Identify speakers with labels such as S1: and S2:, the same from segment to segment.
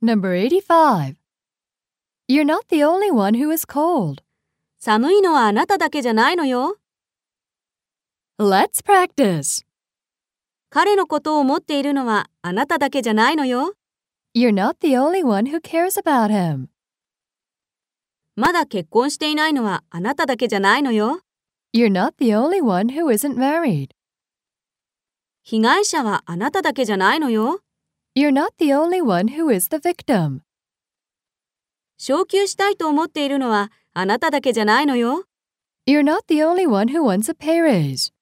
S1: Number 85. You're not the only one who is cold.
S2: 寒いのはあなただけじゃないのよ。
S1: Let's practice.
S2: 彼のことを思っているのはあなただけじゃないのよ。
S1: You're not the only one who cares about him.
S2: まだ結婚していないのはあなただけじゃないのよ。
S1: You're not the only one who isn't married.
S2: 被害者はあなただけじゃないのよ。
S1: You're not the only one who is the victim.
S2: 昇給したいと思っているのはあなただけじゃないのよ。
S1: You're not the only one who wants a pay raise.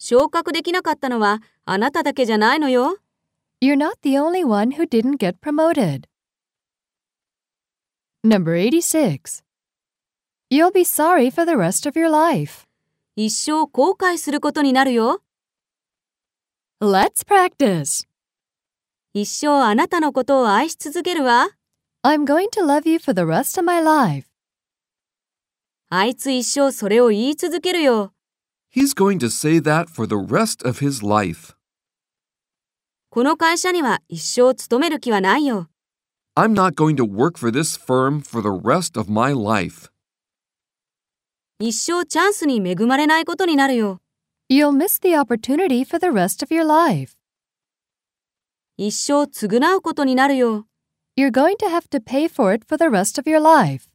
S2: 昇格できなかったのはあなただけじゃないのよ。
S1: You're not the only one who didn't get promoted. Number 86. You'll be sorry for the rest of your life.
S2: 一生後悔することになるよ。
S1: Let's practice.
S2: 一生あなたのことを愛し続けるわ。
S1: I'm going to love you for the rest of my life.
S2: あいつ一生それを言い続けるよ。
S3: He's going to say that for the rest of his life.
S2: この会社には一生勤める気はないよ。
S3: I'm not going to work for this firm for the rest of my life.
S2: 一生チャンスに恵まれないことになるよ。
S1: You'll miss the opportunity for the rest of your life.
S2: 一生償うことになるよ。
S1: You're going to have to pay for it for the rest of your life.